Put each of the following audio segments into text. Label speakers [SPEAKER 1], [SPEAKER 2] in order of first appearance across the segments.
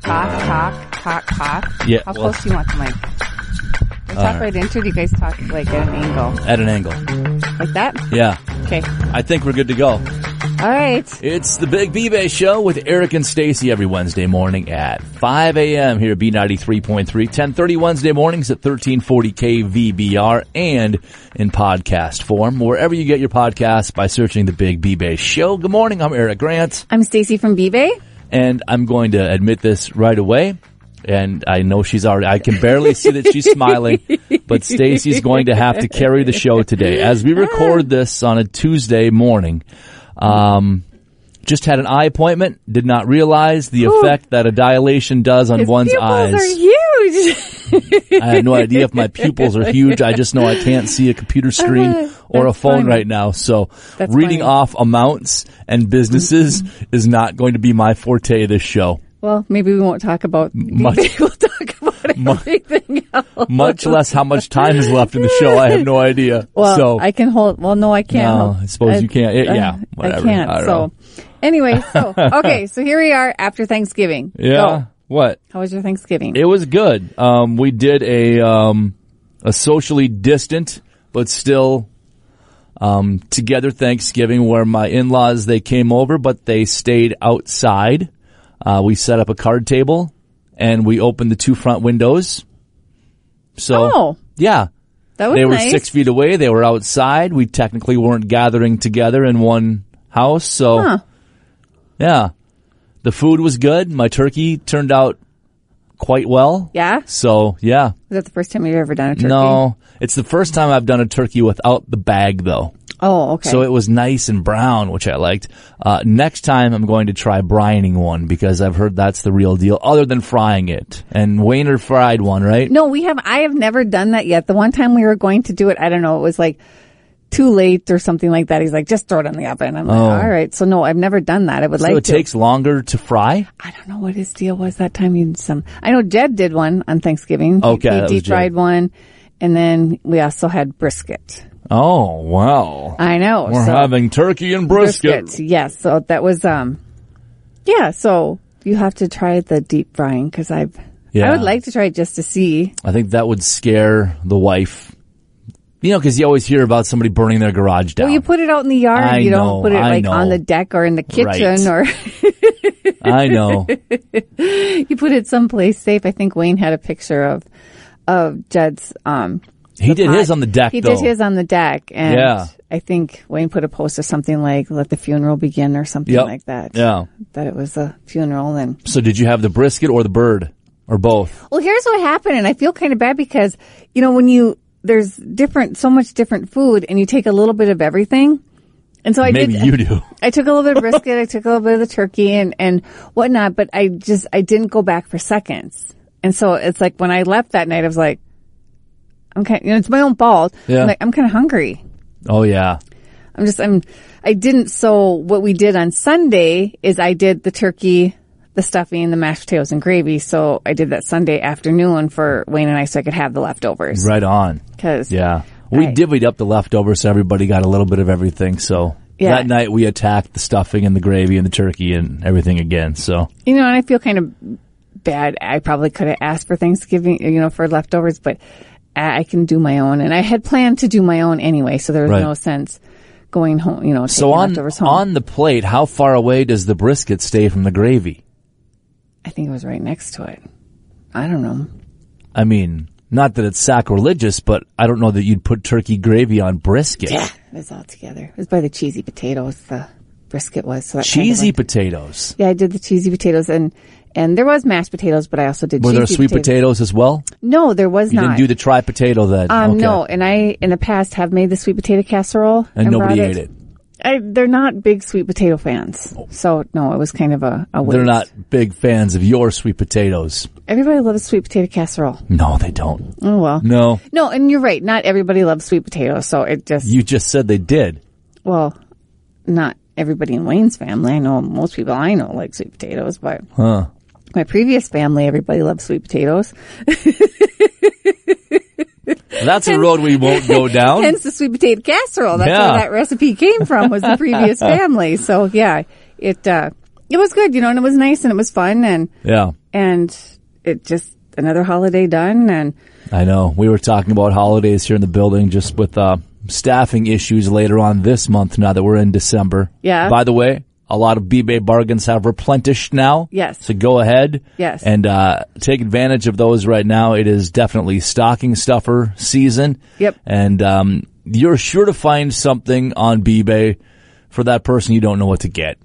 [SPEAKER 1] Talk, talk, talk, talk.
[SPEAKER 2] Yeah,
[SPEAKER 1] How
[SPEAKER 2] well-
[SPEAKER 1] close do you want the mic? Do you talk
[SPEAKER 2] Uh,
[SPEAKER 1] right into it? Do you guys talk like at an angle?
[SPEAKER 2] at an angle.
[SPEAKER 1] Like that?
[SPEAKER 2] Yeah.
[SPEAKER 1] Okay.
[SPEAKER 2] I think we're good to go.
[SPEAKER 1] All right.
[SPEAKER 2] It's the Big B-Bay Show with Eric and Stacy every Wednesday morning at 5 a.m. here at B93.3, 1030 Wednesday mornings at 1340 KVBR and in podcast form, wherever you get your podcasts by searching the Big B-Bay Show. Good morning. I'm Eric Grant
[SPEAKER 1] I'm Stacy from B-Bay.
[SPEAKER 2] and I'm going to admit this right away. And I know she's already, I can barely see that she's smiling, but Stacy's going to have to carry the show today. As we record this on a Tuesday morning, um, just had an eye appointment, did not realize the effect that a dilation does on one's eyes.
[SPEAKER 1] pupils are huge.
[SPEAKER 2] I have no idea if my pupils are huge. I just know I can't see a computer screen or a
[SPEAKER 1] Uh-huh. That's
[SPEAKER 2] phone
[SPEAKER 1] funny.
[SPEAKER 2] right now. So
[SPEAKER 1] That's
[SPEAKER 2] reading
[SPEAKER 1] funny. Mm-hmm.
[SPEAKER 2] off amounts and businesses is not going to be my forte this show.
[SPEAKER 1] well, maybe we won't talk about
[SPEAKER 2] Much-
[SPEAKER 1] B-Bay. We'll talk about
[SPEAKER 2] Much-
[SPEAKER 1] everything else.
[SPEAKER 2] much less how much time is left in the show. I have no idea.
[SPEAKER 1] Well,
[SPEAKER 2] so
[SPEAKER 1] I can hold. Well, no, I can't.
[SPEAKER 2] No,
[SPEAKER 1] hold- uh,
[SPEAKER 2] I suppose you can't. Yeah, yeah, whatever.
[SPEAKER 1] I can't.
[SPEAKER 2] I don't
[SPEAKER 1] so,
[SPEAKER 2] know.
[SPEAKER 1] anyway, so okay, so here we are after Thanksgiving.
[SPEAKER 2] yeah,
[SPEAKER 1] Go.
[SPEAKER 2] what?
[SPEAKER 1] How was your Thanksgiving?
[SPEAKER 2] It was good. Um, we did a um, a socially distant but still um, together Thanksgiving where my in laws they came over but they stayed outside. Uh, we set up a card table and we opened the two front windows. So
[SPEAKER 1] Oh.
[SPEAKER 2] yeah,
[SPEAKER 1] that was
[SPEAKER 2] they were
[SPEAKER 1] nice.
[SPEAKER 2] six feet away. They were outside. We technically weren't gathering together in one house. So,
[SPEAKER 1] Huh.
[SPEAKER 2] yeah, the food was good. My turkey turned out quite well.
[SPEAKER 1] Yeah. Was
[SPEAKER 2] So, yeah.
[SPEAKER 1] that the first time you've ever done a turkey?
[SPEAKER 2] No, it's the first time I've done a turkey without the bag though.
[SPEAKER 1] Oh, okay.
[SPEAKER 2] So it was nice and brown, which I liked. Uh, next time I'm going to try brining one because I've heard that's the real deal other than frying it. And Wayner fried one, right?
[SPEAKER 1] no, we have. I have never done that yet. The one time we were going to do it, I don't know. It was like too late or something like that. He's like, just throw it in the oven. I'm like, all right. So no, I've never done that. I would
[SPEAKER 2] Oh. so
[SPEAKER 1] like
[SPEAKER 2] it
[SPEAKER 1] to.
[SPEAKER 2] takes longer to fry?
[SPEAKER 1] I don't know what his deal was that time. He did some. I know Jed did one on Thanksgiving. He-
[SPEAKER 2] Okay,
[SPEAKER 1] he
[SPEAKER 2] that was
[SPEAKER 1] deep fried
[SPEAKER 2] Jed.
[SPEAKER 1] one, and then we also had brisket.
[SPEAKER 2] Oh, wow.
[SPEAKER 1] I know.
[SPEAKER 2] We're
[SPEAKER 1] so
[SPEAKER 2] having turkey and brisket.
[SPEAKER 1] Yes. So that was um, yeah. So you have to try the deep frying because I've. I
[SPEAKER 2] Yeah.
[SPEAKER 1] would like to try it just to see.
[SPEAKER 2] I think that would scare the wife. You know, because you always hear about somebody burning their garage down.
[SPEAKER 1] Well, you put it out in the yard.
[SPEAKER 2] I
[SPEAKER 1] you don't
[SPEAKER 2] know,
[SPEAKER 1] put it
[SPEAKER 2] I
[SPEAKER 1] like
[SPEAKER 2] know.
[SPEAKER 1] on the deck or in the kitchen
[SPEAKER 2] Right.
[SPEAKER 1] or
[SPEAKER 2] I know.
[SPEAKER 1] you put it someplace safe. I think Wayne had a picture of of Jed's um
[SPEAKER 2] He did his
[SPEAKER 1] pot.
[SPEAKER 2] on the deck,
[SPEAKER 1] He
[SPEAKER 2] though.
[SPEAKER 1] did his on the deck, and
[SPEAKER 2] Yeah.
[SPEAKER 1] I think Wayne put a post of something like "Let the funeral begin" or something
[SPEAKER 2] Yep.
[SPEAKER 1] like that.
[SPEAKER 2] Yeah.
[SPEAKER 1] that it was a funeral. And
[SPEAKER 2] So, did you have the brisket or the bird or both?
[SPEAKER 1] well, here's what happened, and I feel kind of bad because you know when you there's different so much different food, and you take a little bit of everything. And so I
[SPEAKER 2] Maybe
[SPEAKER 1] did.
[SPEAKER 2] you do.
[SPEAKER 1] I took a little bit of brisket, I took a little bit of the turkey and, and whatnot, but I just, I didn't go back for seconds. And so it's like when I left that night, I was like, I'm kind you know, it's my own fault.
[SPEAKER 2] Yeah.
[SPEAKER 1] I'm like, I'm kind of hungry.
[SPEAKER 2] Oh yeah.
[SPEAKER 1] I'm just, I'm, I didn't. So what we did on Sunday is I did the turkey, the stuffing, the mashed potatoes and gravy. So I did that Sunday afternoon for Wayne and I so I could have the leftovers.
[SPEAKER 2] Right on.
[SPEAKER 1] Cause
[SPEAKER 2] Yeah. We
[SPEAKER 1] Right.
[SPEAKER 2] divvied up the leftovers, so everybody got a little bit of everything. So
[SPEAKER 1] Yeah.
[SPEAKER 2] that night we attacked the stuffing and the gravy and the turkey and everything again. So
[SPEAKER 1] You know, and I feel kind of bad. I probably could have asked for Thanksgiving, you know, for leftovers, but I I can do my own. And I had planned to do my own anyway, so there was
[SPEAKER 2] Right.
[SPEAKER 1] no sense going home, you know, taking
[SPEAKER 2] so on
[SPEAKER 1] leftovers home.
[SPEAKER 2] on the plate, how far away does the brisket stay from the gravy?
[SPEAKER 1] I think it was right next to it. I don't know.
[SPEAKER 2] I mean, not that it's sacrilegious, but I don't know that you'd put turkey gravy on brisket.
[SPEAKER 1] It was all together. It was by the cheesy potatoes, the brisket was. So that kind of
[SPEAKER 2] Cheesy
[SPEAKER 1] went-
[SPEAKER 2] potatoes.
[SPEAKER 1] yeah, I did the cheesy potatoes and. And there was mashed potatoes, but I also did.
[SPEAKER 2] Were there
[SPEAKER 1] cheesy
[SPEAKER 2] sweet potatoes as well?
[SPEAKER 1] No, there was
[SPEAKER 2] You
[SPEAKER 1] not.
[SPEAKER 2] didn't do the tri potato then.
[SPEAKER 1] um,
[SPEAKER 2] okay.
[SPEAKER 1] No, and I in the past have made the sweet potato casserole
[SPEAKER 2] And nobody
[SPEAKER 1] brought
[SPEAKER 2] ate it.
[SPEAKER 1] I, they're not big sweet potato fans. So no, it was kind of a, a waste.
[SPEAKER 2] They're not big fans of your sweet potatoes.
[SPEAKER 1] Everybody loves sweet potato casserole.
[SPEAKER 2] No, they don't.
[SPEAKER 1] Oh well.
[SPEAKER 2] No,
[SPEAKER 1] No, and you're right. Not everybody loves sweet potatoes. So it just,
[SPEAKER 2] you just said they did.
[SPEAKER 1] well, not everybody in Wayne's family. I know most people I know like sweet potatoes, but
[SPEAKER 2] Huh.
[SPEAKER 1] my previous family, everybody loved sweet potatoes.
[SPEAKER 2] that's a road we won't go down.
[SPEAKER 1] Hence the sweet potato casserole. That's
[SPEAKER 2] Yeah.
[SPEAKER 1] where that recipe came from was the previous family. So yeah, it, uh, it was good, you know, and it was nice and it was fun and,
[SPEAKER 2] yeah.
[SPEAKER 1] and it just another holiday done and
[SPEAKER 2] I know. We were talking about holidays here in the building just with uh, staffing issues later on this month now that we're in December.
[SPEAKER 1] Yeah.
[SPEAKER 2] By the way, a lot of B-Bay bargains have replenished now.
[SPEAKER 1] Yes.
[SPEAKER 2] So go ahead.
[SPEAKER 1] Yes.
[SPEAKER 2] And uh, take advantage of those right now. It is definitely stocking stuffer season.
[SPEAKER 1] Yep.
[SPEAKER 2] And um, you're sure to find something on B-Bay for that person you don't know what to get.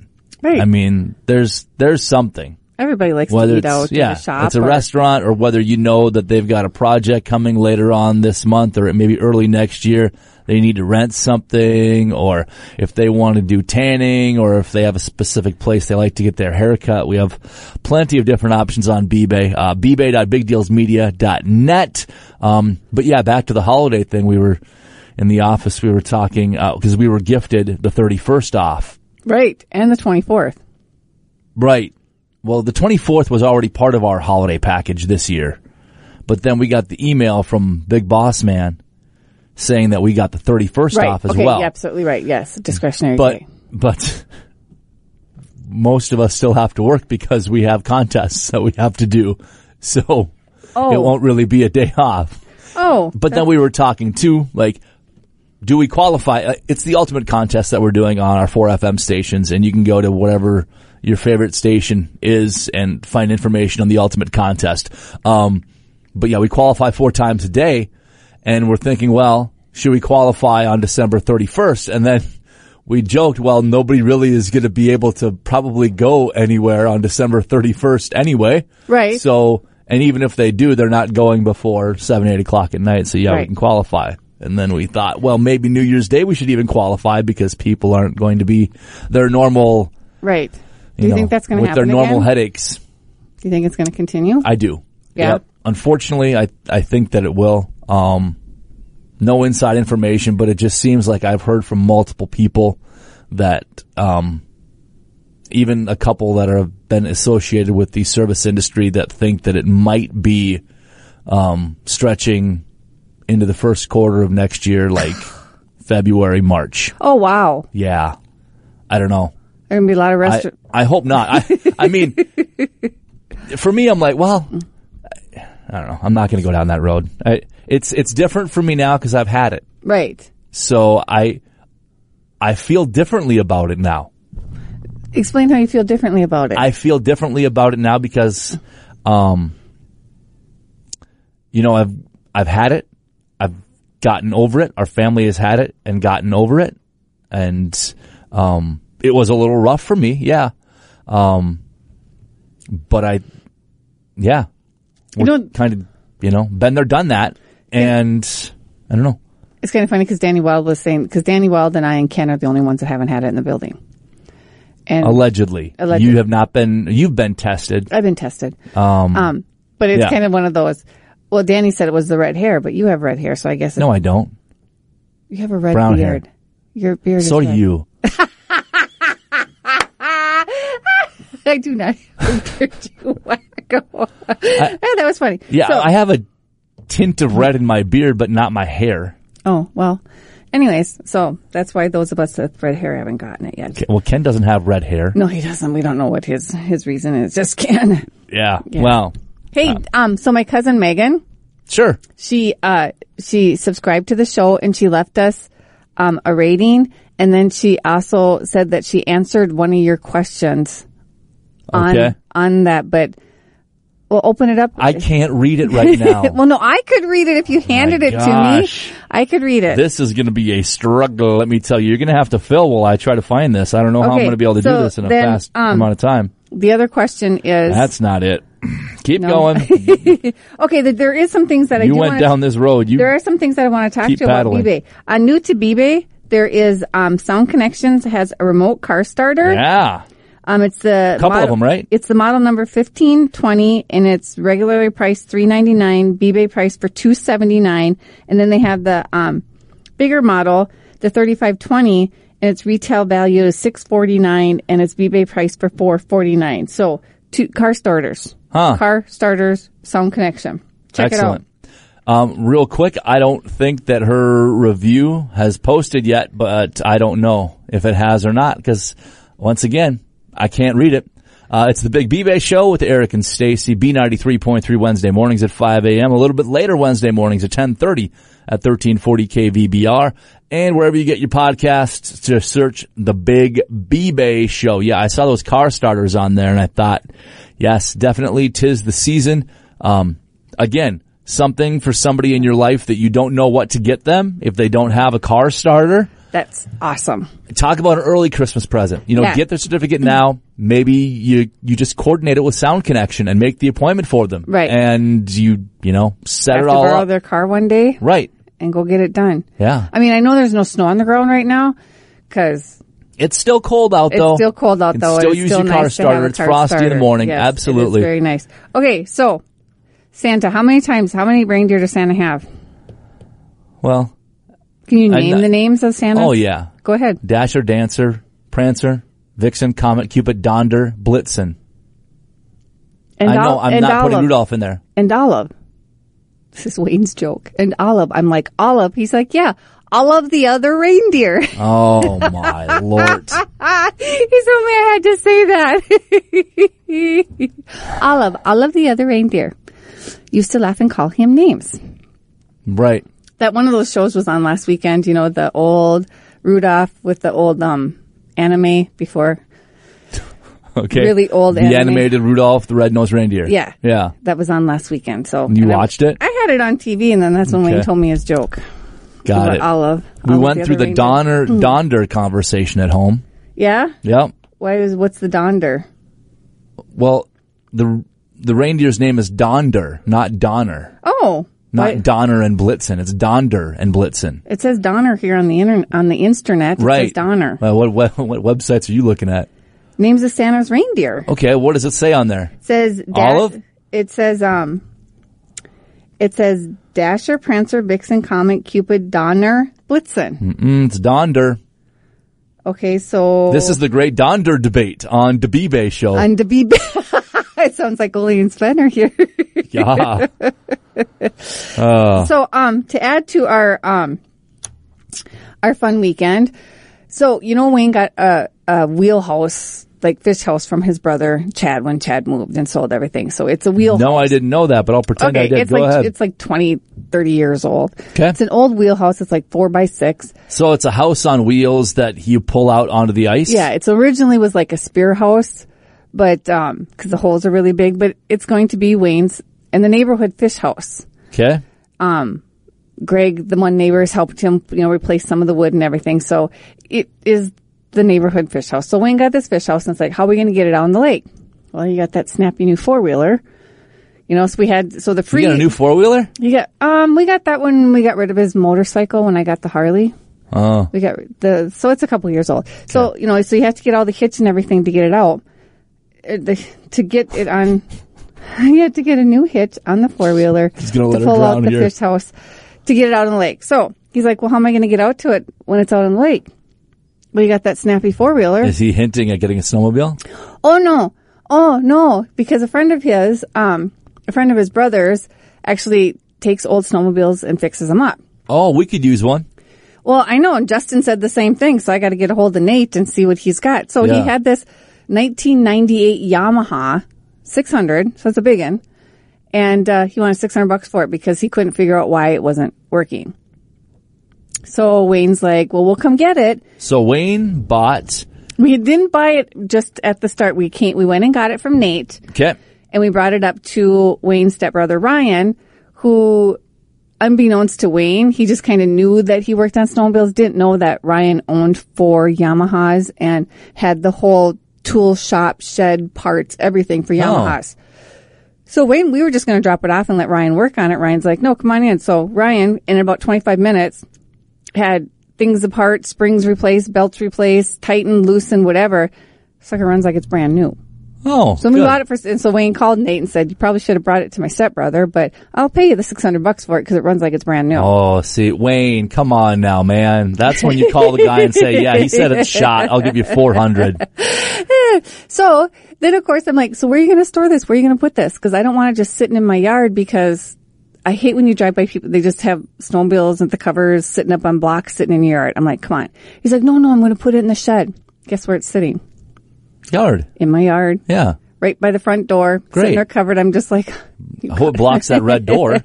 [SPEAKER 1] right.
[SPEAKER 2] I mean, there's there's something
[SPEAKER 1] everybody likes
[SPEAKER 2] whether
[SPEAKER 1] to eat
[SPEAKER 2] it's,
[SPEAKER 1] out
[SPEAKER 2] yeah,
[SPEAKER 1] in the shop.
[SPEAKER 2] it's a
[SPEAKER 1] or-
[SPEAKER 2] restaurant or whether you know that they've got a project coming later on this month or maybe early next year. They need to rent something or if they want to do tanning or if they have a specific place they like to get their hair cut. We have plenty of different options on bbay, uh, bbay.bigdealsmedia.net. Um, but yeah, back to the holiday thing. We were in the office. We were talking, uh 'cause cause we were gifted the 31st off
[SPEAKER 1] Right. And the 24th.
[SPEAKER 2] Right. Well, the 24th was already part of our holiday package this year. But then we got the email from Big Boss Man saying that we got the 31st
[SPEAKER 1] Right.
[SPEAKER 2] off as
[SPEAKER 1] okay.
[SPEAKER 2] well.
[SPEAKER 1] You're absolutely right. Yes. Discretionary.
[SPEAKER 2] But
[SPEAKER 1] day.
[SPEAKER 2] but most of us still have to work because we have contests that we have to do. So it
[SPEAKER 1] Oh.
[SPEAKER 2] won't really be a day off.
[SPEAKER 1] Oh,
[SPEAKER 2] But then we were talking too, like, do we qualify? Uh, It's the ultimate contest that we're doing on our four FM stations, and you can go to whatever your favorite station is and find information on the ultimate contest. Um, but yeah, we qualify four times a day, and we're thinking, well, should we qualify on December 31st? And then we joked, well, nobody really is going to be able to probably go anywhere on December 31st anyway.
[SPEAKER 1] Right.
[SPEAKER 2] So, and even if they do, they're not going before seven, eight o'clock at night. So yeah, we
[SPEAKER 1] Right.
[SPEAKER 2] can qualify. And then we thought, well, maybe New Year's Day we should even qualify because people aren't going to be their normal.
[SPEAKER 1] right.
[SPEAKER 2] You
[SPEAKER 1] Do you
[SPEAKER 2] know,
[SPEAKER 1] think that's going to
[SPEAKER 2] with
[SPEAKER 1] happen
[SPEAKER 2] their normal
[SPEAKER 1] again?
[SPEAKER 2] headaches?
[SPEAKER 1] Do you think it's going to continue?
[SPEAKER 2] I do.
[SPEAKER 1] Yeah.
[SPEAKER 2] Unfortunately, I I think that it will. Um, no inside information, but it just seems like I've heard from multiple people that um, even a couple that have been associated with the service industry that think that it might be um, stretching into the first quarter of next year, like February, March.
[SPEAKER 1] oh, wow.
[SPEAKER 2] Yeah. I don't know.
[SPEAKER 1] There going to be a lot of
[SPEAKER 2] I,
[SPEAKER 1] restaurants.
[SPEAKER 2] I hope not. I, I mean, for me, I'm like, well, I don't know. I'm not going to go down that road. I, it's it's different for me now because I've had it,
[SPEAKER 1] Right.
[SPEAKER 2] so I I feel differently about it now.
[SPEAKER 1] Explain how you feel differently about it.
[SPEAKER 2] I feel differently about it now because, um, you know, I've I've had it. I've gotten over it. Our family has had it and gotten over it, and um, it was a little rough for me. Yeah, um, but I, yeah,
[SPEAKER 1] You know-
[SPEAKER 2] kind of, you know, been there, done that, and I don't know.
[SPEAKER 1] it's kind of funny because Danny Wild was saying, because Danny Wild and I and Ken are the only ones that haven't had it in the building. And
[SPEAKER 2] Allegedly,
[SPEAKER 1] Alleged-
[SPEAKER 2] you have not been. You've been tested.
[SPEAKER 1] I've been tested. Um, but it's
[SPEAKER 2] yeah.
[SPEAKER 1] kind of one of those. Well, Danny said it was the red hair, but you have red hair, so I guess it,
[SPEAKER 2] No, I don't.
[SPEAKER 1] you have a red
[SPEAKER 2] brown hair.
[SPEAKER 1] beard. Your beard
[SPEAKER 2] So
[SPEAKER 1] is
[SPEAKER 2] do
[SPEAKER 1] red.
[SPEAKER 2] you.
[SPEAKER 1] I do not. have a beard, you wacko. Eh, that was funny.
[SPEAKER 2] Yeah,
[SPEAKER 1] So-
[SPEAKER 2] I have a tint of red in my beard, but not my hair.
[SPEAKER 1] Oh, well. Anyways, so that's why those of us with red hair haven't gotten it yet.
[SPEAKER 2] Well, Ken doesn't have red hair.
[SPEAKER 1] No, he doesn't. We don't know what his, his reason is. Just can.
[SPEAKER 2] Yeah. Well,
[SPEAKER 1] Hey, um, so my cousin Megan,
[SPEAKER 2] sure.
[SPEAKER 1] she, uh, she subscribed to the show and she left us, um, a rating. And then she also said that she answered one of your questions on,
[SPEAKER 2] Okay.
[SPEAKER 1] on that, but we'll open it up.
[SPEAKER 2] I can't read it right now.
[SPEAKER 1] well, no, I could read it if you handed it
[SPEAKER 2] Oh gosh.
[SPEAKER 1] to me. I could read it.
[SPEAKER 2] this is going to be a struggle, let me tell you. You're going to have to fill while I try to find this. I don't know how I'm
[SPEAKER 1] Okay,
[SPEAKER 2] going to be able to
[SPEAKER 1] so
[SPEAKER 2] do this in a
[SPEAKER 1] then,
[SPEAKER 2] fast
[SPEAKER 1] um,
[SPEAKER 2] amount of time.
[SPEAKER 1] the other question is.
[SPEAKER 2] That's not it. Keep
[SPEAKER 1] No.
[SPEAKER 2] going.
[SPEAKER 1] Okay, th- there is some things that I
[SPEAKER 2] You
[SPEAKER 1] do
[SPEAKER 2] went
[SPEAKER 1] wanna-
[SPEAKER 2] down this road. You
[SPEAKER 1] There are some things that I want to talk
[SPEAKER 2] Keep
[SPEAKER 1] to you about
[SPEAKER 2] paddling.
[SPEAKER 1] Bibe. Uh, new to Bibe, there is um, Sound Connections has a remote car starter.
[SPEAKER 2] Yeah.
[SPEAKER 1] Um, it's the
[SPEAKER 2] Couple of 'em, right?
[SPEAKER 1] It's the model number fifteen twenty, and it's regularly priced three ninety nine. Bibe priced for two seventy nine, and then they have the um, bigger model, the thirty five twenty, and its retail value is six forty nine, and it's Bibe priced for four forty nine. So two car starters,
[SPEAKER 2] Huh.
[SPEAKER 1] car starters, Sound Connection. Check it out.
[SPEAKER 2] Excellent. Um, real quick, I don't think that her review has posted yet, but I don't know if it has or not because once again, I can't read it. Uh, it's the Big B-Bay Show with Eric and Stacy. B93.3 Wednesday mornings at 5 a.m. A little bit later Wednesday mornings at 1030 at 1340 KVBR. And wherever you get your podcasts, just search the Big B-Bay Show. Yeah, I saw those car starters on there and I thought, yes, definitely tis the season. Um, again, something for somebody in your life that you don't know what to get them if they don't have a car starter
[SPEAKER 1] That's awesome.
[SPEAKER 2] talk about an early Christmas present. You know,
[SPEAKER 1] Yeah.
[SPEAKER 2] get their certificate now. Maybe you you just coordinate it with Sound Connection and make the appointment for them.
[SPEAKER 1] Right.
[SPEAKER 2] And you you know set
[SPEAKER 1] I have
[SPEAKER 2] it
[SPEAKER 1] to
[SPEAKER 2] all
[SPEAKER 1] borrow
[SPEAKER 2] up.
[SPEAKER 1] their car one day
[SPEAKER 2] right.
[SPEAKER 1] and go get it done.
[SPEAKER 2] Yeah.
[SPEAKER 1] I mean, I know there's no snow on the ground right now because
[SPEAKER 2] It's still cold out
[SPEAKER 1] it's
[SPEAKER 2] though.
[SPEAKER 1] still cold out
[SPEAKER 2] You can
[SPEAKER 1] though. and
[SPEAKER 2] Still
[SPEAKER 1] it's
[SPEAKER 2] use
[SPEAKER 1] still
[SPEAKER 2] your car
[SPEAKER 1] nice to have
[SPEAKER 2] starter.
[SPEAKER 1] a
[SPEAKER 2] It's
[SPEAKER 1] car
[SPEAKER 2] frosty in
[SPEAKER 1] starter.
[SPEAKER 2] the morning.
[SPEAKER 1] Yes, it is
[SPEAKER 2] Absolutely.
[SPEAKER 1] very nice. Okay, so Santa, how many times? How many reindeer does Santa have?
[SPEAKER 2] well.
[SPEAKER 1] Can you
[SPEAKER 2] I'm
[SPEAKER 1] name
[SPEAKER 2] not-
[SPEAKER 1] the names of Santa?
[SPEAKER 2] Oh yeah.
[SPEAKER 1] Go ahead.
[SPEAKER 2] Dasher, Dancer, Prancer, Vixen, Comet, Cupid, Donder, Blitzen.
[SPEAKER 1] And
[SPEAKER 2] I know
[SPEAKER 1] Ol-
[SPEAKER 2] I'm
[SPEAKER 1] and
[SPEAKER 2] not putting
[SPEAKER 1] Olive.
[SPEAKER 2] Rudolph in there.
[SPEAKER 1] and Olive. This is Wayne's joke. And Olive, I'm like, Olive. He's like, yeah, Olive the other reindeer. He's
[SPEAKER 2] Oh my lord.
[SPEAKER 1] told me I had to say that. Olive, Olive the other reindeer. Used to laugh and call him names.
[SPEAKER 2] Right.
[SPEAKER 1] That one of those shows was on last weekend, you know, the old Rudolph with the old, um, anime before.
[SPEAKER 2] Okay.
[SPEAKER 1] Really old
[SPEAKER 2] The
[SPEAKER 1] anime.
[SPEAKER 2] animated Rudolph the Red-Nosed Reindeer.
[SPEAKER 1] Yeah.
[SPEAKER 2] Yeah.
[SPEAKER 1] That was on last weekend. So
[SPEAKER 2] You
[SPEAKER 1] and I-
[SPEAKER 2] watched it?
[SPEAKER 1] I had it on TV and then that's when Wayne
[SPEAKER 2] Okay.
[SPEAKER 1] told me his joke.
[SPEAKER 2] Got
[SPEAKER 1] about
[SPEAKER 2] it.
[SPEAKER 1] Olive.
[SPEAKER 2] We
[SPEAKER 1] Olive
[SPEAKER 2] went through
[SPEAKER 1] other
[SPEAKER 2] the
[SPEAKER 1] reindeer. Hmm.
[SPEAKER 2] Donner Donder conversation at home.
[SPEAKER 1] Yeah?
[SPEAKER 2] Yep.
[SPEAKER 1] Why is what's the donder?
[SPEAKER 2] Well, the the reindeer's name is Donder, not Donner,
[SPEAKER 1] Oh,
[SPEAKER 2] not
[SPEAKER 1] why-
[SPEAKER 2] Donner and Blitzen. It's Donder and Blitzen.
[SPEAKER 1] it says Donner here on the internet. On the internet, it
[SPEAKER 2] Right.
[SPEAKER 1] says Donner.
[SPEAKER 2] Well, what, what what websites are you looking at?
[SPEAKER 1] Names of Santa's reindeer.
[SPEAKER 2] Okay, what does it say on there?
[SPEAKER 1] It says da-
[SPEAKER 2] Olive?
[SPEAKER 1] It says um. It says Dasher, Prancer, Vixen, Comet, Cupid, Donner, Blitzen.
[SPEAKER 2] Mm, it's Donder.
[SPEAKER 1] Okay, so
[SPEAKER 2] This is the great Donder debate on the B-Bay show.
[SPEAKER 1] and to be. it sounds like Ollie and Sven are here.
[SPEAKER 2] yeah. Oh.
[SPEAKER 1] So, um, to add to our um, our fun weekend, so you know Wayne got a, a wheelhouse, like fish house, from his brother Chad when Chad moved and sold everything. So it's a wheelhouse.
[SPEAKER 2] No, I didn't know that, but I'll pretend I
[SPEAKER 1] Okay,
[SPEAKER 2] did.
[SPEAKER 1] it's
[SPEAKER 2] Go
[SPEAKER 1] like
[SPEAKER 2] ahead.
[SPEAKER 1] it's like 20, 30 years old.
[SPEAKER 2] 'Kay.
[SPEAKER 1] It's an old wheelhouse. It's like four by six.
[SPEAKER 2] so it's a house on wheels that you pull out onto the ice.
[SPEAKER 1] Yeah, it's originally was like a spear house, but um, because the holes are really big, but it's going to be Wayne's and the neighborhood fish house.
[SPEAKER 2] Okay.
[SPEAKER 1] Greg, the one neighbor, has helped him, you know, replace some of the wood and everything. So it is the neighborhood fish house. So Wayne got this fish house and it's like, how are we going to get it out on the lake? Well, you got that snappy new four wheeler. You know, so we had, so the
[SPEAKER 2] You
[SPEAKER 1] free,
[SPEAKER 2] got a new four wheeler?
[SPEAKER 1] you got, um, we got that when we got rid of his motorcycle when I got the Harley.
[SPEAKER 2] Oh.
[SPEAKER 1] We got the, so it's a couple years old. So, you know, so you have to get all the hitch and everything to get it out. Uh, the- To get it on, you had to get a new hitch on the four wheeler to
[SPEAKER 2] gonna let her
[SPEAKER 1] pull out
[SPEAKER 2] drown
[SPEAKER 1] the
[SPEAKER 2] here.
[SPEAKER 1] fish house to get it out on the lake. So he's like, well, how am I going to get out to it when it's out on the lake? Well, you got that snappy four wheeler.
[SPEAKER 2] Is he hinting at getting a snowmobile?
[SPEAKER 1] Oh no. Oh no. Because a friend of his, um, a friend of his brother's actually takes old snowmobiles and fixes them up.
[SPEAKER 2] Oh, we could use one.
[SPEAKER 1] Well, I know, and Justin said the same thing, so I got to get a hold of Nate and see what he's got. So
[SPEAKER 2] Yeah.
[SPEAKER 1] he had this 1998 Yamaha 600, so it's a big one, and uh, he wanted 600 bucks for it because he couldn't figure out why it wasn't working. So Wayne's like, "Well, we'll come get it."
[SPEAKER 2] So Wayne bought.
[SPEAKER 1] We didn't buy it just at the start. We came, we went and got it from Nate,
[SPEAKER 2] Okay.
[SPEAKER 1] and we brought it up to Wayne's stepbrother Ryan, who, unbeknownst to Wayne, he just kind of knew that he worked on snowmobiles, didn't know that Ryan owned four Yamahas and had the whole tool shop, shed, parts, everything for Yamahas. So Wayne, we were just going to drop it off and let Ryan work on it. Ryan's like, no, come on in. So Ryan, in about 25 minutes, had things apart, springs replaced, belts replaced, tightened, loosened, whatever. Sucker runs like it's brand new.
[SPEAKER 2] Oh.
[SPEAKER 1] So we bought it for, and so Wayne called Nate and said, you probably should have brought it to my stepbrother, but I'll pay you the 600 bucks for it because it runs like it's brand new.
[SPEAKER 2] Oh, see, Wayne, come on now, man. That's when you call the guy and say, "Yeah, he said it's shot. I'll give you 400."
[SPEAKER 1] So then of course I'm like, so where are you going to store this? Where are you going to put this? Cause I don't want it just sitting in my yard because I hate when you drive by people, they just have snowmobiles at the covers sitting up on blocks sitting in your yard. I'm like, come on. He's like, no, no, I'm going to put it in the shed. Guess where it's sitting?
[SPEAKER 2] Yard.
[SPEAKER 1] In my yard.
[SPEAKER 2] Yeah.
[SPEAKER 1] Right by the front door.
[SPEAKER 2] Great.
[SPEAKER 1] Sitting there covered. I'm just like,
[SPEAKER 2] I hope it blocks that red door.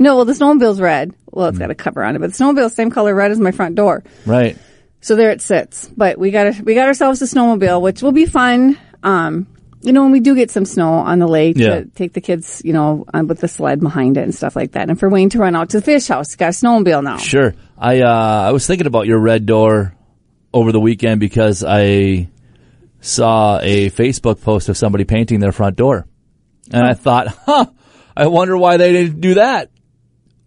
[SPEAKER 1] no, well, the snowmobile's red. Well, it's got a cover on it, but the snowmobile's same color red as my front door.
[SPEAKER 2] Right.
[SPEAKER 1] So there it sits. But we got we got ourselves a snowmobile, which will be fun. Um, you know, when we do get some snow on the lake,
[SPEAKER 2] Yeah.
[SPEAKER 1] to take the kids, you know, on, with the sled behind it and stuff like that. And for Wayne to run out to the fish house, he's got a snowmobile now.
[SPEAKER 2] Sure. I uh, I was thinking about your red door over the weekend because I saw a Facebook post of somebody painting their front door, and I thought, huh, I wonder why they didn't do that.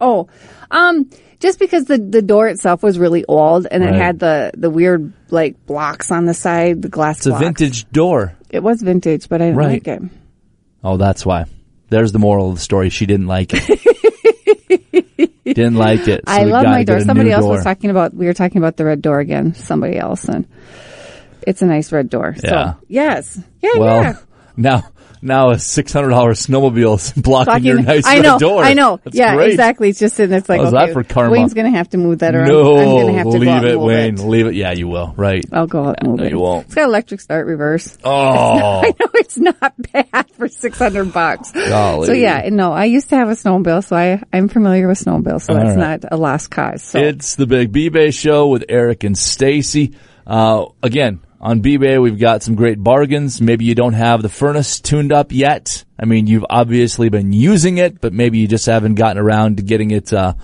[SPEAKER 1] Oh, um, just because the the door itself was really old and
[SPEAKER 2] Right.
[SPEAKER 1] it had the the weird like blocks on the side, the glass
[SPEAKER 2] It's a
[SPEAKER 1] blocks.
[SPEAKER 2] vintage door.
[SPEAKER 1] It was vintage, but I didn't like
[SPEAKER 2] Right.
[SPEAKER 1] it.
[SPEAKER 2] Oh, that's why. There's the moral of the story. She didn't like it. didn't like it. So
[SPEAKER 1] I
[SPEAKER 2] we
[SPEAKER 1] love
[SPEAKER 2] gotta
[SPEAKER 1] my
[SPEAKER 2] get
[SPEAKER 1] door.
[SPEAKER 2] a
[SPEAKER 1] Somebody
[SPEAKER 2] new
[SPEAKER 1] else
[SPEAKER 2] door.
[SPEAKER 1] was talking about we were talking about the red door again. Somebody else and it's a nice red door.
[SPEAKER 2] Yeah.
[SPEAKER 1] So yes. Yeah,
[SPEAKER 2] Well,
[SPEAKER 1] yeah.
[SPEAKER 2] now now a six hundred dollar snowmobile is blocking your
[SPEAKER 1] Fucking-
[SPEAKER 2] nice
[SPEAKER 1] I know,
[SPEAKER 2] red door.
[SPEAKER 1] I know.
[SPEAKER 2] That's
[SPEAKER 1] yeah,
[SPEAKER 2] great.
[SPEAKER 1] exactly. It's just in. It's like
[SPEAKER 2] How's
[SPEAKER 1] okay,
[SPEAKER 2] that for karma?
[SPEAKER 1] Wayne's gonna have to move that around.
[SPEAKER 2] No,
[SPEAKER 1] I'm gonna have to
[SPEAKER 2] leave
[SPEAKER 1] go out and
[SPEAKER 2] it,
[SPEAKER 1] move
[SPEAKER 2] Wayne.
[SPEAKER 1] It.
[SPEAKER 2] Leave it. Yeah, you will. Right.
[SPEAKER 1] I'll go out and move
[SPEAKER 2] No,
[SPEAKER 1] it.
[SPEAKER 2] you won't.
[SPEAKER 1] It's got electric start reverse.
[SPEAKER 2] Oh,
[SPEAKER 1] I know it's not bad for six hundred bucks.
[SPEAKER 2] golly.
[SPEAKER 1] So yeah, no, I used to have a snowmobile, so I I'm familiar with snowmobile, so that's
[SPEAKER 2] right.
[SPEAKER 1] not a lost cause. So
[SPEAKER 2] It's the Big B-Bay Show with Eric and Stacy. Uh, again, on B-Bay, we've got some great bargains. Maybe you don't have the furnace tuned up yet. I mean, you've obviously been using it, but maybe you just haven't gotten around to getting it uh,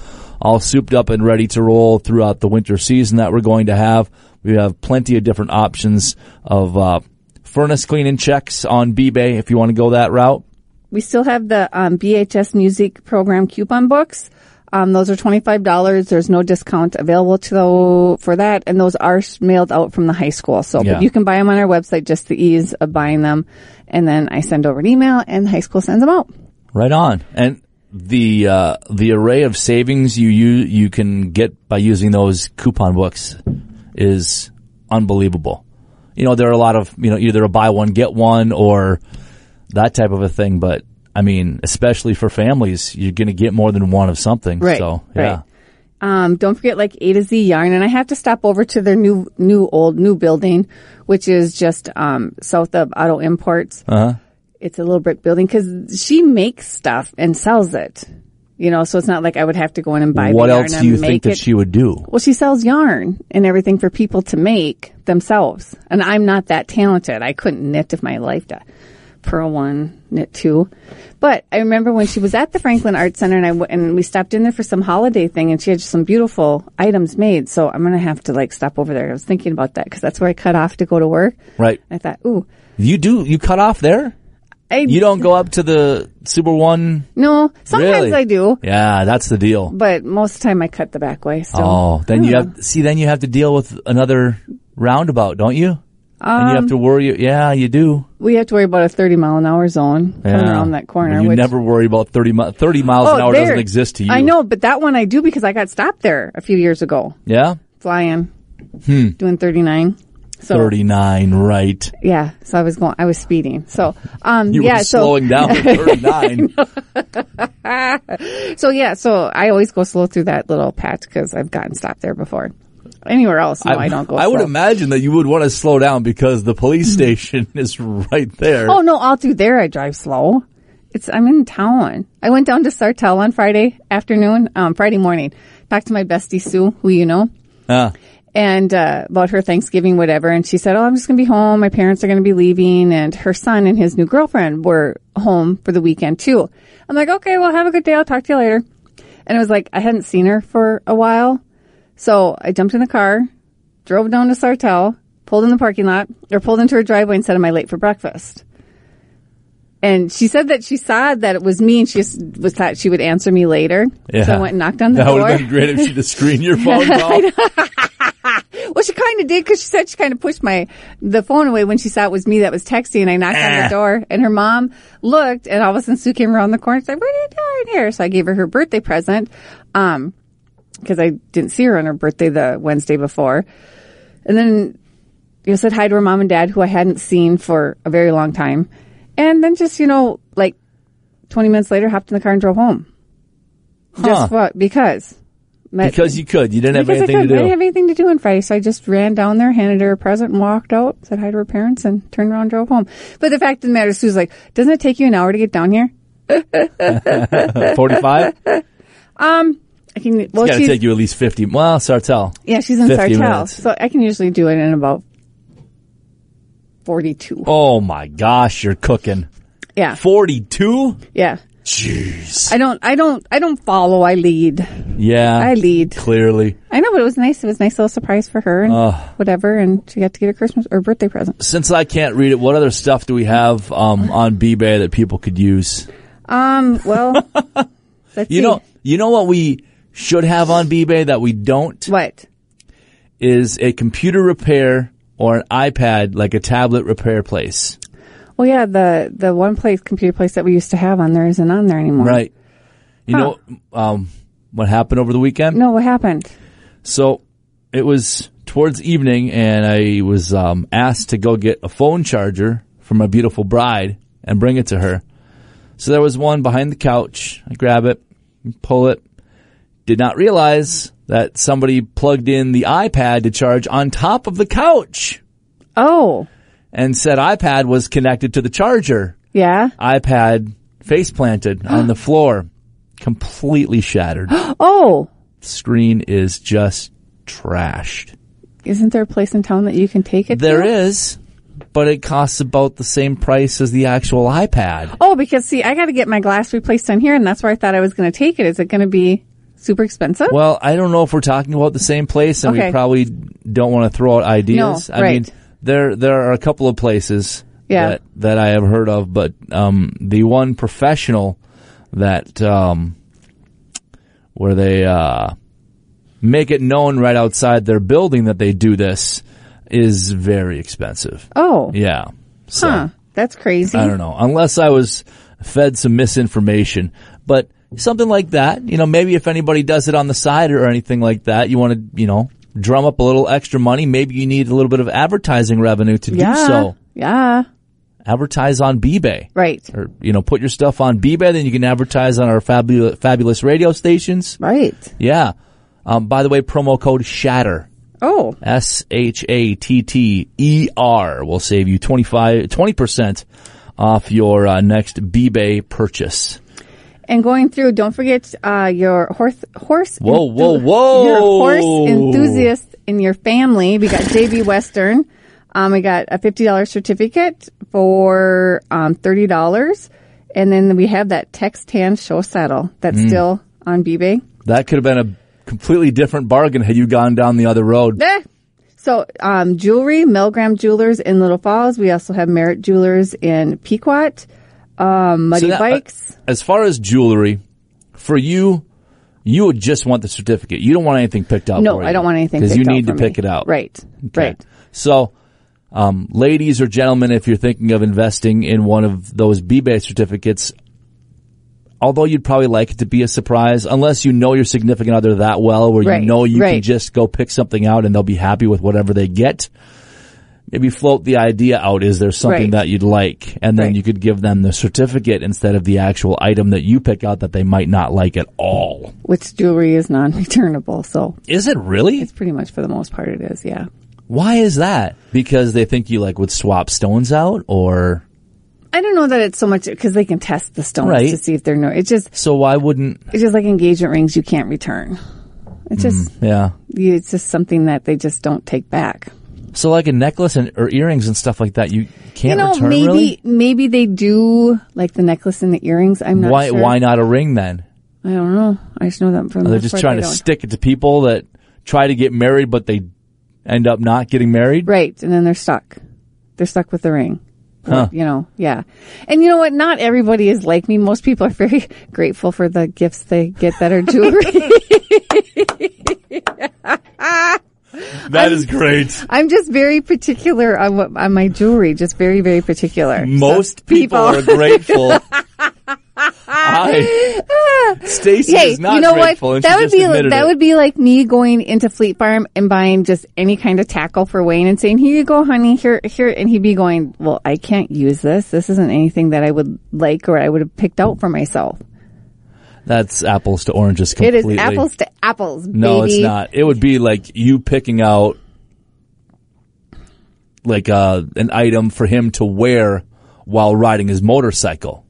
[SPEAKER 2] all souped up and ready to roll throughout the winter season that we're going to have. We have plenty of different options of uh, furnace cleaning checks on B-Bay if you want to go that route.
[SPEAKER 1] We still have the um, BHS Music Program coupon books. Um, those are $25. There's no discount available to tho- for that. And those are s- mailed out from the high school. So
[SPEAKER 2] Yeah.
[SPEAKER 1] but you can buy them on our website, just the ease of buying them. And then I send over an email and the high school sends them out.
[SPEAKER 2] Right on. And the uh, the array of savings you, you you can get by using those coupon books is unbelievable. You know, there are a lot of you know either a buy one get one or that type of a thing. But I mean, especially for families, you're going to get more than one of something.
[SPEAKER 1] Right,
[SPEAKER 2] So yeah.
[SPEAKER 1] right. Um, don't forget like A to Z yarn. And I have to stop over to their new, new old, new building, which is just, um, south of auto imports.
[SPEAKER 2] Uh-huh.
[SPEAKER 1] it's a little brick building because she makes stuff and sells it. You know, so it's not like I would have to go in and buy.
[SPEAKER 2] What
[SPEAKER 1] the yarn
[SPEAKER 2] else
[SPEAKER 1] and
[SPEAKER 2] do you
[SPEAKER 1] make
[SPEAKER 2] think that
[SPEAKER 1] it.
[SPEAKER 2] she would do?
[SPEAKER 1] Well, she sells yarn and everything for people to make themselves, and I'm not that talented. I couldn't knit if my life died. Pearl one, knit two, but I remember when she was at the Franklin Art Center and I w- and we stopped in there for some holiday thing, and she had some beautiful items made. So I'm gonna have to like stop over there. I was thinking about that because that's where I cut off to go to work.
[SPEAKER 2] Right.
[SPEAKER 1] I thought, ooh,
[SPEAKER 2] You do. You cut off there.
[SPEAKER 1] I
[SPEAKER 2] You don't go up to the Super One.
[SPEAKER 1] no. Sometimes
[SPEAKER 2] Really?
[SPEAKER 1] I do.
[SPEAKER 2] Yeah, that's the deal.
[SPEAKER 1] but most of the time I cut the back way. So.
[SPEAKER 2] Oh, then you have see. Then you have to deal with another roundabout, don't you? and you have
[SPEAKER 1] Um,
[SPEAKER 2] to worry. Yeah, you do.
[SPEAKER 1] we have to worry about a 30 mile an hour zone coming
[SPEAKER 2] Yeah.
[SPEAKER 1] around that corner.
[SPEAKER 2] But You
[SPEAKER 1] which,
[SPEAKER 2] never worry about thirty mi- thirty miles
[SPEAKER 1] oh,
[SPEAKER 2] an hour
[SPEAKER 1] there.
[SPEAKER 2] doesn't exist to you.
[SPEAKER 1] I know, but that one I do because I got stopped there a few years ago
[SPEAKER 2] Yeah,
[SPEAKER 1] flying, doing 39. So
[SPEAKER 2] Hmm. thirty nine. Right.
[SPEAKER 1] yeah, so I was going, I was speeding. So um,
[SPEAKER 2] You
[SPEAKER 1] yeah,
[SPEAKER 2] were
[SPEAKER 1] so
[SPEAKER 2] slowing down at thirty nine.
[SPEAKER 1] so yeah, so I always go slow through that little patch because I've gotten stopped there before. Anywhere else, no, I, don't go.
[SPEAKER 2] I would
[SPEAKER 1] slow.
[SPEAKER 2] imagine that you would want to slow down because the police station is right there.
[SPEAKER 1] Oh no, all through there I drive slow. It's I'm in town. I went down to Sartell on Friday afternoon, um, Friday morning. Talked to my bestie Sue, who you know,
[SPEAKER 2] Uh,
[SPEAKER 1] and uh, about her Thanksgiving, whatever. And she said, "Oh, I'm just gonna be home. My parents are gonna be leaving, and her son and his new girlfriend were home for the weekend too." I'm like, "Okay, well, have a good day. I'll talk to you later." And it was like I hadn't seen her for a while, so I jumped in the car, drove down to Sartell, pulled in the parking lot, or pulled into her driveway, and said, "Am I late for breakfast?" And she said that she saw that it was me, and she just was thought she would answer me later.
[SPEAKER 2] yeah.
[SPEAKER 1] So I went and knocked on the
[SPEAKER 2] That
[SPEAKER 1] door.
[SPEAKER 2] would have been great if she'd have screened your phone call.
[SPEAKER 1] Well, she kind of did because she said she kind of pushed my the phone away when she saw it was me that was texting. And I knocked on
[SPEAKER 2] Ah.
[SPEAKER 1] the door, and her mom looked, and all of a sudden Sue came around the corner and said, "What are you doing here?" So I gave her her birthday present, um, because I didn't see her on her birthday the Wednesday before, and then you know said hi to her mom and dad, who I hadn't seen for a very long time, and then just you know like twenty minutes later hopped in the car and drove home.
[SPEAKER 2] Huh.
[SPEAKER 1] Just what? Because. My-
[SPEAKER 2] Because you could. You didn't have
[SPEAKER 1] Because I
[SPEAKER 2] anything to
[SPEAKER 1] couldn't. I didn't
[SPEAKER 2] do.
[SPEAKER 1] have anything to do on Friday, so I just ran down there, handed her a present, and walked out. Said hi to her parents, and turned around, and drove home. But the fact of the matter is, Sue's like, "Doesn't it take you an hour to get down here?"
[SPEAKER 2] 45?
[SPEAKER 1] I can. Well,
[SPEAKER 2] It's got to
[SPEAKER 1] she's
[SPEAKER 2] take you at least 50. Well, Sartell.
[SPEAKER 1] yeah, she's in
[SPEAKER 2] 50
[SPEAKER 1] Sartell,
[SPEAKER 2] minutes.
[SPEAKER 1] so I can usually do it in about forty-two.
[SPEAKER 2] Oh my gosh, you're cooking.
[SPEAKER 1] Yeah,
[SPEAKER 2] 42?
[SPEAKER 1] yeah.
[SPEAKER 2] Jeez.
[SPEAKER 1] I don't. I don't. I don't follow. I lead.
[SPEAKER 2] Yeah.
[SPEAKER 1] I lead.
[SPEAKER 2] Clearly.
[SPEAKER 1] I know, but it was nice. It was a nice little surprise for her and whatever, and she got to get her Christmas or birthday present.
[SPEAKER 2] Since I can't read it, what other stuff do we have um, on B-Bay that people could use?
[SPEAKER 1] Um. Well, let's see.
[SPEAKER 2] You know, you know what we should have on B-Bay that we don't
[SPEAKER 1] what?
[SPEAKER 2] is a computer repair or an iPad, like a tablet repair place.
[SPEAKER 1] Well, yeah, the the one place computer place that we used to have on there isn't on there anymore.
[SPEAKER 2] Right. You
[SPEAKER 1] Huh.
[SPEAKER 2] know um, what happened over the weekend?
[SPEAKER 1] No, what happened?
[SPEAKER 2] So it was towards evening, and I was um, asked to go get a phone charger for my beautiful bride and bring it to her. So there was one behind the couch. I grab it, pull it. Did not realize that somebody plugged in the iPad to charge on top of the couch,
[SPEAKER 1] Oh,
[SPEAKER 2] and said iPad was connected to the charger.
[SPEAKER 1] yeah.
[SPEAKER 2] iPad face planted on the floor, completely shattered.
[SPEAKER 1] Oh,
[SPEAKER 2] Screen is just trashed.
[SPEAKER 1] isn't there a place in town that you can take it?
[SPEAKER 2] There
[SPEAKER 1] to?
[SPEAKER 2] is, but it costs about the same price as the actual iPad.
[SPEAKER 1] Oh, because see, I got to get my glass replaced on here, and that's where I thought I was going to take it. Is it going to be super expensive?
[SPEAKER 2] Well, I don't know if we're talking about the same place, and we
[SPEAKER 1] Okay.
[SPEAKER 2] probably don't want to throw out ideas.
[SPEAKER 1] No,
[SPEAKER 2] I mean,
[SPEAKER 1] right.
[SPEAKER 2] there there are a couple of places
[SPEAKER 1] Yeah.
[SPEAKER 2] that that I have heard of, but um, the one professional that um, where they uh, make it known right outside their building that they do this is very expensive.
[SPEAKER 1] oh,
[SPEAKER 2] Yeah. So.
[SPEAKER 1] huh. That's crazy.
[SPEAKER 2] I don't know. Unless I was fed some misinformation, but something like that, you know, maybe if anybody does it on the side or anything like that, you want to, you know, drum up a little extra money. Maybe you need a little bit of advertising revenue to do
[SPEAKER 1] yeah.
[SPEAKER 2] so.
[SPEAKER 1] Yeah.
[SPEAKER 2] Advertise on B-Bay.
[SPEAKER 1] Right.
[SPEAKER 2] Or, you know, put your stuff on B-Bay, then you can advertise on our fabulous, fabulous radio stations.
[SPEAKER 1] Right.
[SPEAKER 2] Yeah. Um, by the way, promo code SHATTER.
[SPEAKER 1] Oh,
[SPEAKER 2] S H A T T E R will save you 25, 20% off your uh, next BBay purchase.
[SPEAKER 1] and going through. Don't forget uh, your horse. Horse.
[SPEAKER 2] Whoa, whoa, whoa.
[SPEAKER 1] your horse enthusiast in your family. We got JB Western. Um, we got a fifty dollars certificate for um, thirty dollars, and then we have that Tex Tan show saddle that's
[SPEAKER 2] Mm.
[SPEAKER 1] still on eBay.
[SPEAKER 2] That could have been a completely different bargain had you gone down the other road.
[SPEAKER 1] Eh. So um, jewelry, Milgram Jewelers in Little Falls. We also have Merritt Jewelers in Pequot. Um, Muddy
[SPEAKER 2] So that- uh,
[SPEAKER 1] Bikes.
[SPEAKER 2] As far as jewelry, for you, you would just want the certificate. You don't want anything picked up.
[SPEAKER 1] no, I don't want anything
[SPEAKER 2] Oh, Because
[SPEAKER 1] picked
[SPEAKER 2] you
[SPEAKER 1] out
[SPEAKER 2] need
[SPEAKER 1] for
[SPEAKER 2] to pick
[SPEAKER 1] me.
[SPEAKER 2] it out.
[SPEAKER 1] Right,
[SPEAKER 2] Okay.
[SPEAKER 1] right.
[SPEAKER 2] So, um, ladies or gentlemen, if you're thinking of investing in one of those B-Bay certificates, although you'd probably like it to be a surprise, unless you know your significant other that well, where
[SPEAKER 1] Right,
[SPEAKER 2] you know you can
[SPEAKER 1] right.
[SPEAKER 2] just go pick something out and they'll be happy with whatever they get. Maybe float the idea out. Is there something
[SPEAKER 1] Right.
[SPEAKER 2] that you'd like? And then
[SPEAKER 1] Right.
[SPEAKER 2] you could give them the certificate instead of the actual item that you pick out that they might not like at all.
[SPEAKER 1] Which jewelry is non-returnable, so
[SPEAKER 2] Is it really?
[SPEAKER 1] it's pretty much for the most part it is. Yeah.
[SPEAKER 2] Why is that? Because they think you like would swap stones out or
[SPEAKER 1] I don't know that it's so much because they can test the stones
[SPEAKER 2] Right.
[SPEAKER 1] to see if they're no. It's just
[SPEAKER 2] So why wouldn't?
[SPEAKER 1] it's just like engagement rings you can't return. It's just
[SPEAKER 2] Yeah.
[SPEAKER 1] you it's just something that they just don't take back.
[SPEAKER 2] So like a necklace and or earrings and stuff like that, you
[SPEAKER 1] You
[SPEAKER 2] can't
[SPEAKER 1] know,
[SPEAKER 2] return
[SPEAKER 1] maybe
[SPEAKER 2] really.
[SPEAKER 1] maybe they do like the necklace and the earrings. I'm not
[SPEAKER 2] Why
[SPEAKER 1] sure.
[SPEAKER 2] why not a ring then?
[SPEAKER 1] I don't know. I just know that from
[SPEAKER 2] They're
[SPEAKER 1] the
[SPEAKER 2] just
[SPEAKER 1] part
[SPEAKER 2] trying
[SPEAKER 1] they
[SPEAKER 2] to
[SPEAKER 1] don't.
[SPEAKER 2] stick it to people that try to get married, but they end up not getting married.
[SPEAKER 1] right, and then they're stuck. They're stuck with the ring. Or, You know, yeah. And you know what? Not everybody is like me. Most people are very grateful for the gifts they get that are jewelry.
[SPEAKER 2] That is great.
[SPEAKER 1] I'm just very particular on what on my jewelry. Just very, very particular.
[SPEAKER 2] Most
[SPEAKER 1] So,
[SPEAKER 2] people are grateful. I Stacy
[SPEAKER 1] Hey,
[SPEAKER 2] is not
[SPEAKER 1] you know
[SPEAKER 2] grateful,
[SPEAKER 1] what?
[SPEAKER 2] and
[SPEAKER 1] That
[SPEAKER 2] she
[SPEAKER 1] would
[SPEAKER 2] just
[SPEAKER 1] be
[SPEAKER 2] admitted
[SPEAKER 1] that
[SPEAKER 2] it.
[SPEAKER 1] would be like me going into Fleet Farm and buying just any kind of tackle for Wayne and saying, "Here you go, honey. Here, here," and he'd be going, "Well, I can't use this. This isn't anything that I would like or I would have picked out for myself."
[SPEAKER 2] That's apples to oranges
[SPEAKER 1] It
[SPEAKER 2] completely.
[SPEAKER 1] is apples to apples, baby.
[SPEAKER 2] No, it's not. It would be like you picking out like uh, an item for him to wear while riding his motorcycle.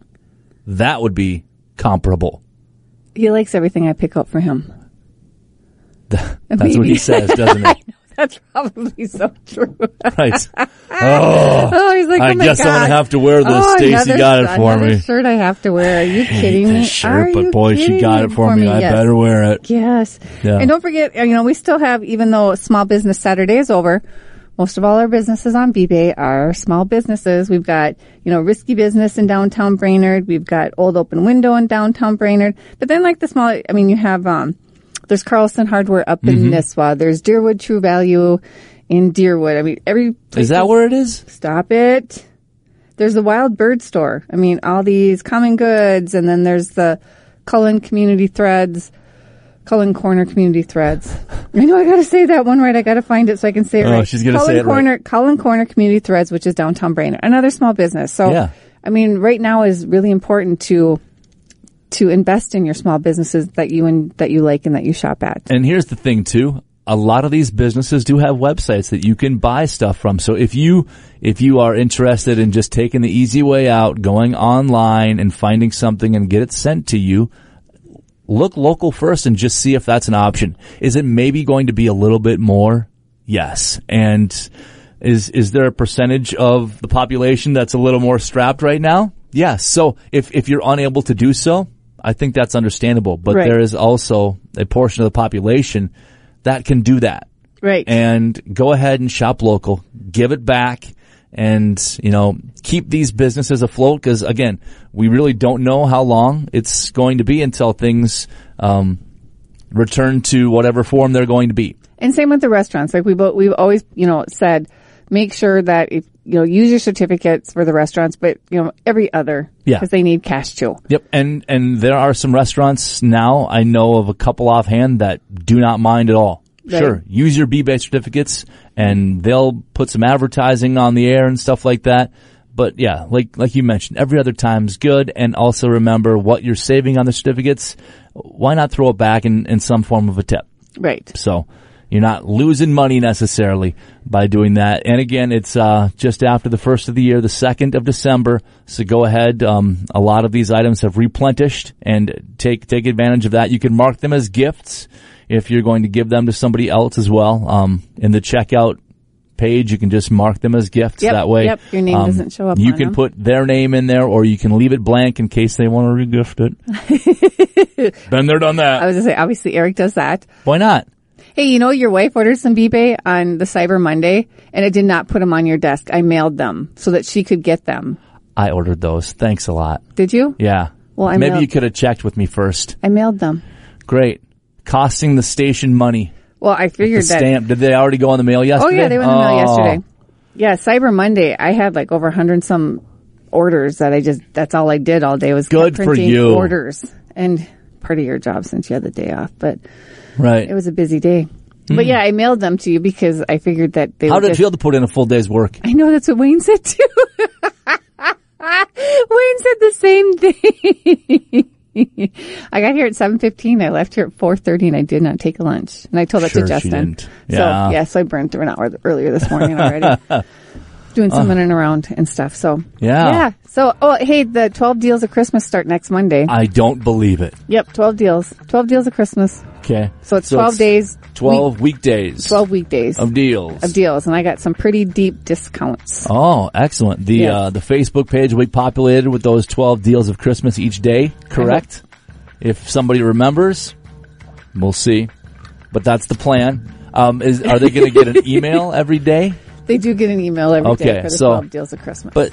[SPEAKER 2] That would be comparable.
[SPEAKER 1] He likes everything I pick up for him.
[SPEAKER 2] That's what he says, doesn't it?
[SPEAKER 1] That's probably so true.
[SPEAKER 2] Right.
[SPEAKER 1] Oh, he's like, oh
[SPEAKER 2] I
[SPEAKER 1] my
[SPEAKER 2] guess I'm
[SPEAKER 1] God.
[SPEAKER 2] gonna have to wear this.
[SPEAKER 1] Oh,
[SPEAKER 2] Stacy
[SPEAKER 1] another-
[SPEAKER 2] got it for
[SPEAKER 1] another
[SPEAKER 2] me.
[SPEAKER 1] Shirt I have to wear. Are you kidding me?
[SPEAKER 2] This shirt,
[SPEAKER 1] Are
[SPEAKER 2] but
[SPEAKER 1] you
[SPEAKER 2] boy, she
[SPEAKER 1] kidding
[SPEAKER 2] got it for me. I
[SPEAKER 1] Yes.
[SPEAKER 2] better wear it.
[SPEAKER 1] Yes.
[SPEAKER 2] Yeah.
[SPEAKER 1] And don't forget, you know, we still have, even though Small Business Saturday is over, most of all our businesses on B-Bay are small businesses. We've got, you know, Risky Business in downtown Brainerd. We've got Old Open Window in downtown Brainerd. But then like the small, I mean, you have, um, there's Carlson Hardware up
[SPEAKER 2] Mm-hmm.
[SPEAKER 1] in Nisswa. There's Deerwood True Value in Deerwood. I mean, every place
[SPEAKER 2] Is that where it is?
[SPEAKER 1] Stop it. There's the Wild Bird Store. I mean, all these common goods, and then there's the Cullen Community Threads, Cullen Corner Community Threads. I know I got to say that one right. I got to find it so I can say it
[SPEAKER 2] Oh,
[SPEAKER 1] right.
[SPEAKER 2] she's gonna
[SPEAKER 1] Cullen
[SPEAKER 2] say it right.
[SPEAKER 1] Corner, Cullen Corner Community Threads, which is downtown Brainerd, another small business. So,
[SPEAKER 2] Yeah.
[SPEAKER 1] I mean, right now is really important to to invest in your small businesses that you and that you like and that you shop at.
[SPEAKER 2] And here's the thing too. A lot of these businesses do have websites that you can buy stuff from. So if you, if you are interested in just taking the easy way out, going online and finding something and get it sent to you, look local first and just see if that's an option. Is it maybe going to be a little bit more? Yes. And is, is there a percentage of the population that's a little more strapped right now? Yes. So if, if you're unable to do so, I think that's understandable, but
[SPEAKER 1] Right.
[SPEAKER 2] there is also a portion of the population that can do that
[SPEAKER 1] Right.
[SPEAKER 2] and go ahead and shop local, give it back and, you know, keep these businesses afloat because again, we really don't know how long it's going to be until things, um, return to whatever form they're going to be.
[SPEAKER 1] And same with the restaurants. Like we both, we've always, you know, said, make sure that if, you know, use your certificates for the restaurants, but you know, every other.
[SPEAKER 2] Yeah.
[SPEAKER 1] Because they need cash too.
[SPEAKER 2] Yep. And, and there are some restaurants now I know of a couple offhand that do not mind at all.
[SPEAKER 1] Right.
[SPEAKER 2] Sure. Use your B-Bay certificates and they'll put some advertising on the air and stuff like that. But yeah, like, like you mentioned, every other time's good. And also remember what you're saving on the certificates. Why not throw it back in, in some form of a tip?
[SPEAKER 1] Right.
[SPEAKER 2] So you're not losing money necessarily by doing that. And again, it's uh, just after the first of the year, the second of December. So go ahead. Um, a lot of these items have replenished, and take take advantage of that. You can mark them as gifts if you're going to give them to somebody else as well. Um, in the checkout page, you can just mark them as gifts.
[SPEAKER 1] Yep,
[SPEAKER 2] that way, Um,
[SPEAKER 1] yep, your name doesn't show up
[SPEAKER 2] You
[SPEAKER 1] on
[SPEAKER 2] can
[SPEAKER 1] them.
[SPEAKER 2] put their name in there, or you can leave it blank in case they want to regift it. Been there, done
[SPEAKER 1] I
[SPEAKER 2] that.
[SPEAKER 1] was gonna say, obviously Eric does that.
[SPEAKER 2] Why not?
[SPEAKER 1] Hey, you know, your wife ordered some bibe on the Cyber Monday and I did not put them on your desk. I mailed them so that she could get them.
[SPEAKER 2] I ordered those. Thanks a lot.
[SPEAKER 1] Did you?
[SPEAKER 2] Yeah.
[SPEAKER 1] Well, I
[SPEAKER 2] maybe
[SPEAKER 1] mailed-
[SPEAKER 2] you could have checked with me first.
[SPEAKER 1] I mailed them.
[SPEAKER 2] Great. Costing the station money.
[SPEAKER 1] Well, I
[SPEAKER 2] The
[SPEAKER 1] figured that.
[SPEAKER 2] stamp. Did they already go in the mail
[SPEAKER 1] Oh
[SPEAKER 2] yesterday?
[SPEAKER 1] yeah, they went in the mail
[SPEAKER 2] Oh.
[SPEAKER 1] yesterday. Yeah, Cyber Monday. I had like over a hundred and some orders that I just that's all I did all day was kept
[SPEAKER 2] Good for
[SPEAKER 1] printing
[SPEAKER 2] you.
[SPEAKER 1] orders and part of your job since you had the day off. But
[SPEAKER 2] Right.
[SPEAKER 1] it was a busy day. But yeah, I mailed them to you because I figured that they.
[SPEAKER 2] Hmm. How
[SPEAKER 1] would
[SPEAKER 2] did it
[SPEAKER 1] just-
[SPEAKER 2] feel to put in a full day's work?
[SPEAKER 1] I know that's what Wayne said too. Wayne said the same thing. I got here at seven fifteen. I left here at four thirty, and I did not take a lunch. And I told that
[SPEAKER 2] Sure
[SPEAKER 1] to
[SPEAKER 2] she
[SPEAKER 1] Justin.
[SPEAKER 2] didn't. Yeah.
[SPEAKER 1] So yeah, so I burned through an hour th- earlier this morning already, doing some running around and stuff. So
[SPEAKER 2] Ah. Yeah.
[SPEAKER 1] yeah. So oh hey, the twelve deals of Christmas start next Monday.
[SPEAKER 2] I don't believe it.
[SPEAKER 1] yep, twelve deals. Twelve deals of Christmas.
[SPEAKER 2] Okay.
[SPEAKER 1] So it's twelve days. week-
[SPEAKER 2] 12 weekdays.
[SPEAKER 1] twelve weekdays
[SPEAKER 2] of deals.
[SPEAKER 1] of deals, and I got some pretty deep discounts.
[SPEAKER 2] Oh, excellent. The
[SPEAKER 1] Yes.
[SPEAKER 2] uh, the Facebook page will be populated with those 12 deals of Christmas each day, correct? If somebody remembers, we'll see. But that's the plan. Um, is are they going to get an email every day?
[SPEAKER 1] They do get an email every day
[SPEAKER 2] Okay,
[SPEAKER 1] for the
[SPEAKER 2] so-
[SPEAKER 1] 12 deals of Christmas.
[SPEAKER 2] But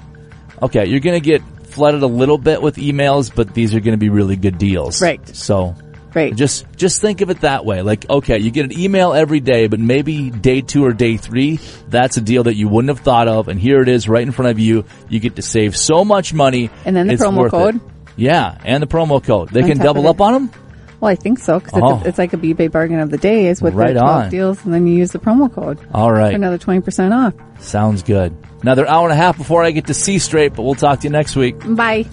[SPEAKER 2] okay, you're going to get flooded a little bit with emails, but these are going to be really good deals.
[SPEAKER 1] Right.
[SPEAKER 2] So
[SPEAKER 1] right.
[SPEAKER 2] just just think of it that way. Like, okay, you get an email every day, but maybe day 2 or day 3, that's a deal that you wouldn't have thought of and here it is right in front of you. You get to save so much money.
[SPEAKER 1] And then the
[SPEAKER 2] it's
[SPEAKER 1] promo
[SPEAKER 2] worth
[SPEAKER 1] code?
[SPEAKER 2] it. Yeah, and the promo code. They
[SPEAKER 1] On
[SPEAKER 2] can
[SPEAKER 1] top of
[SPEAKER 2] double
[SPEAKER 1] it.
[SPEAKER 2] up on them?
[SPEAKER 1] well, I think so because
[SPEAKER 2] Oh.
[SPEAKER 1] it's, it's like a b-bay bargain of the day is with
[SPEAKER 2] Right
[SPEAKER 1] the 12
[SPEAKER 2] on.
[SPEAKER 1] deals, and then you use the promo code for
[SPEAKER 2] All right.
[SPEAKER 1] another 20% off.
[SPEAKER 2] Sounds good. Another hour and a half before I get to see straight, but we'll talk to you next week.
[SPEAKER 1] Bye.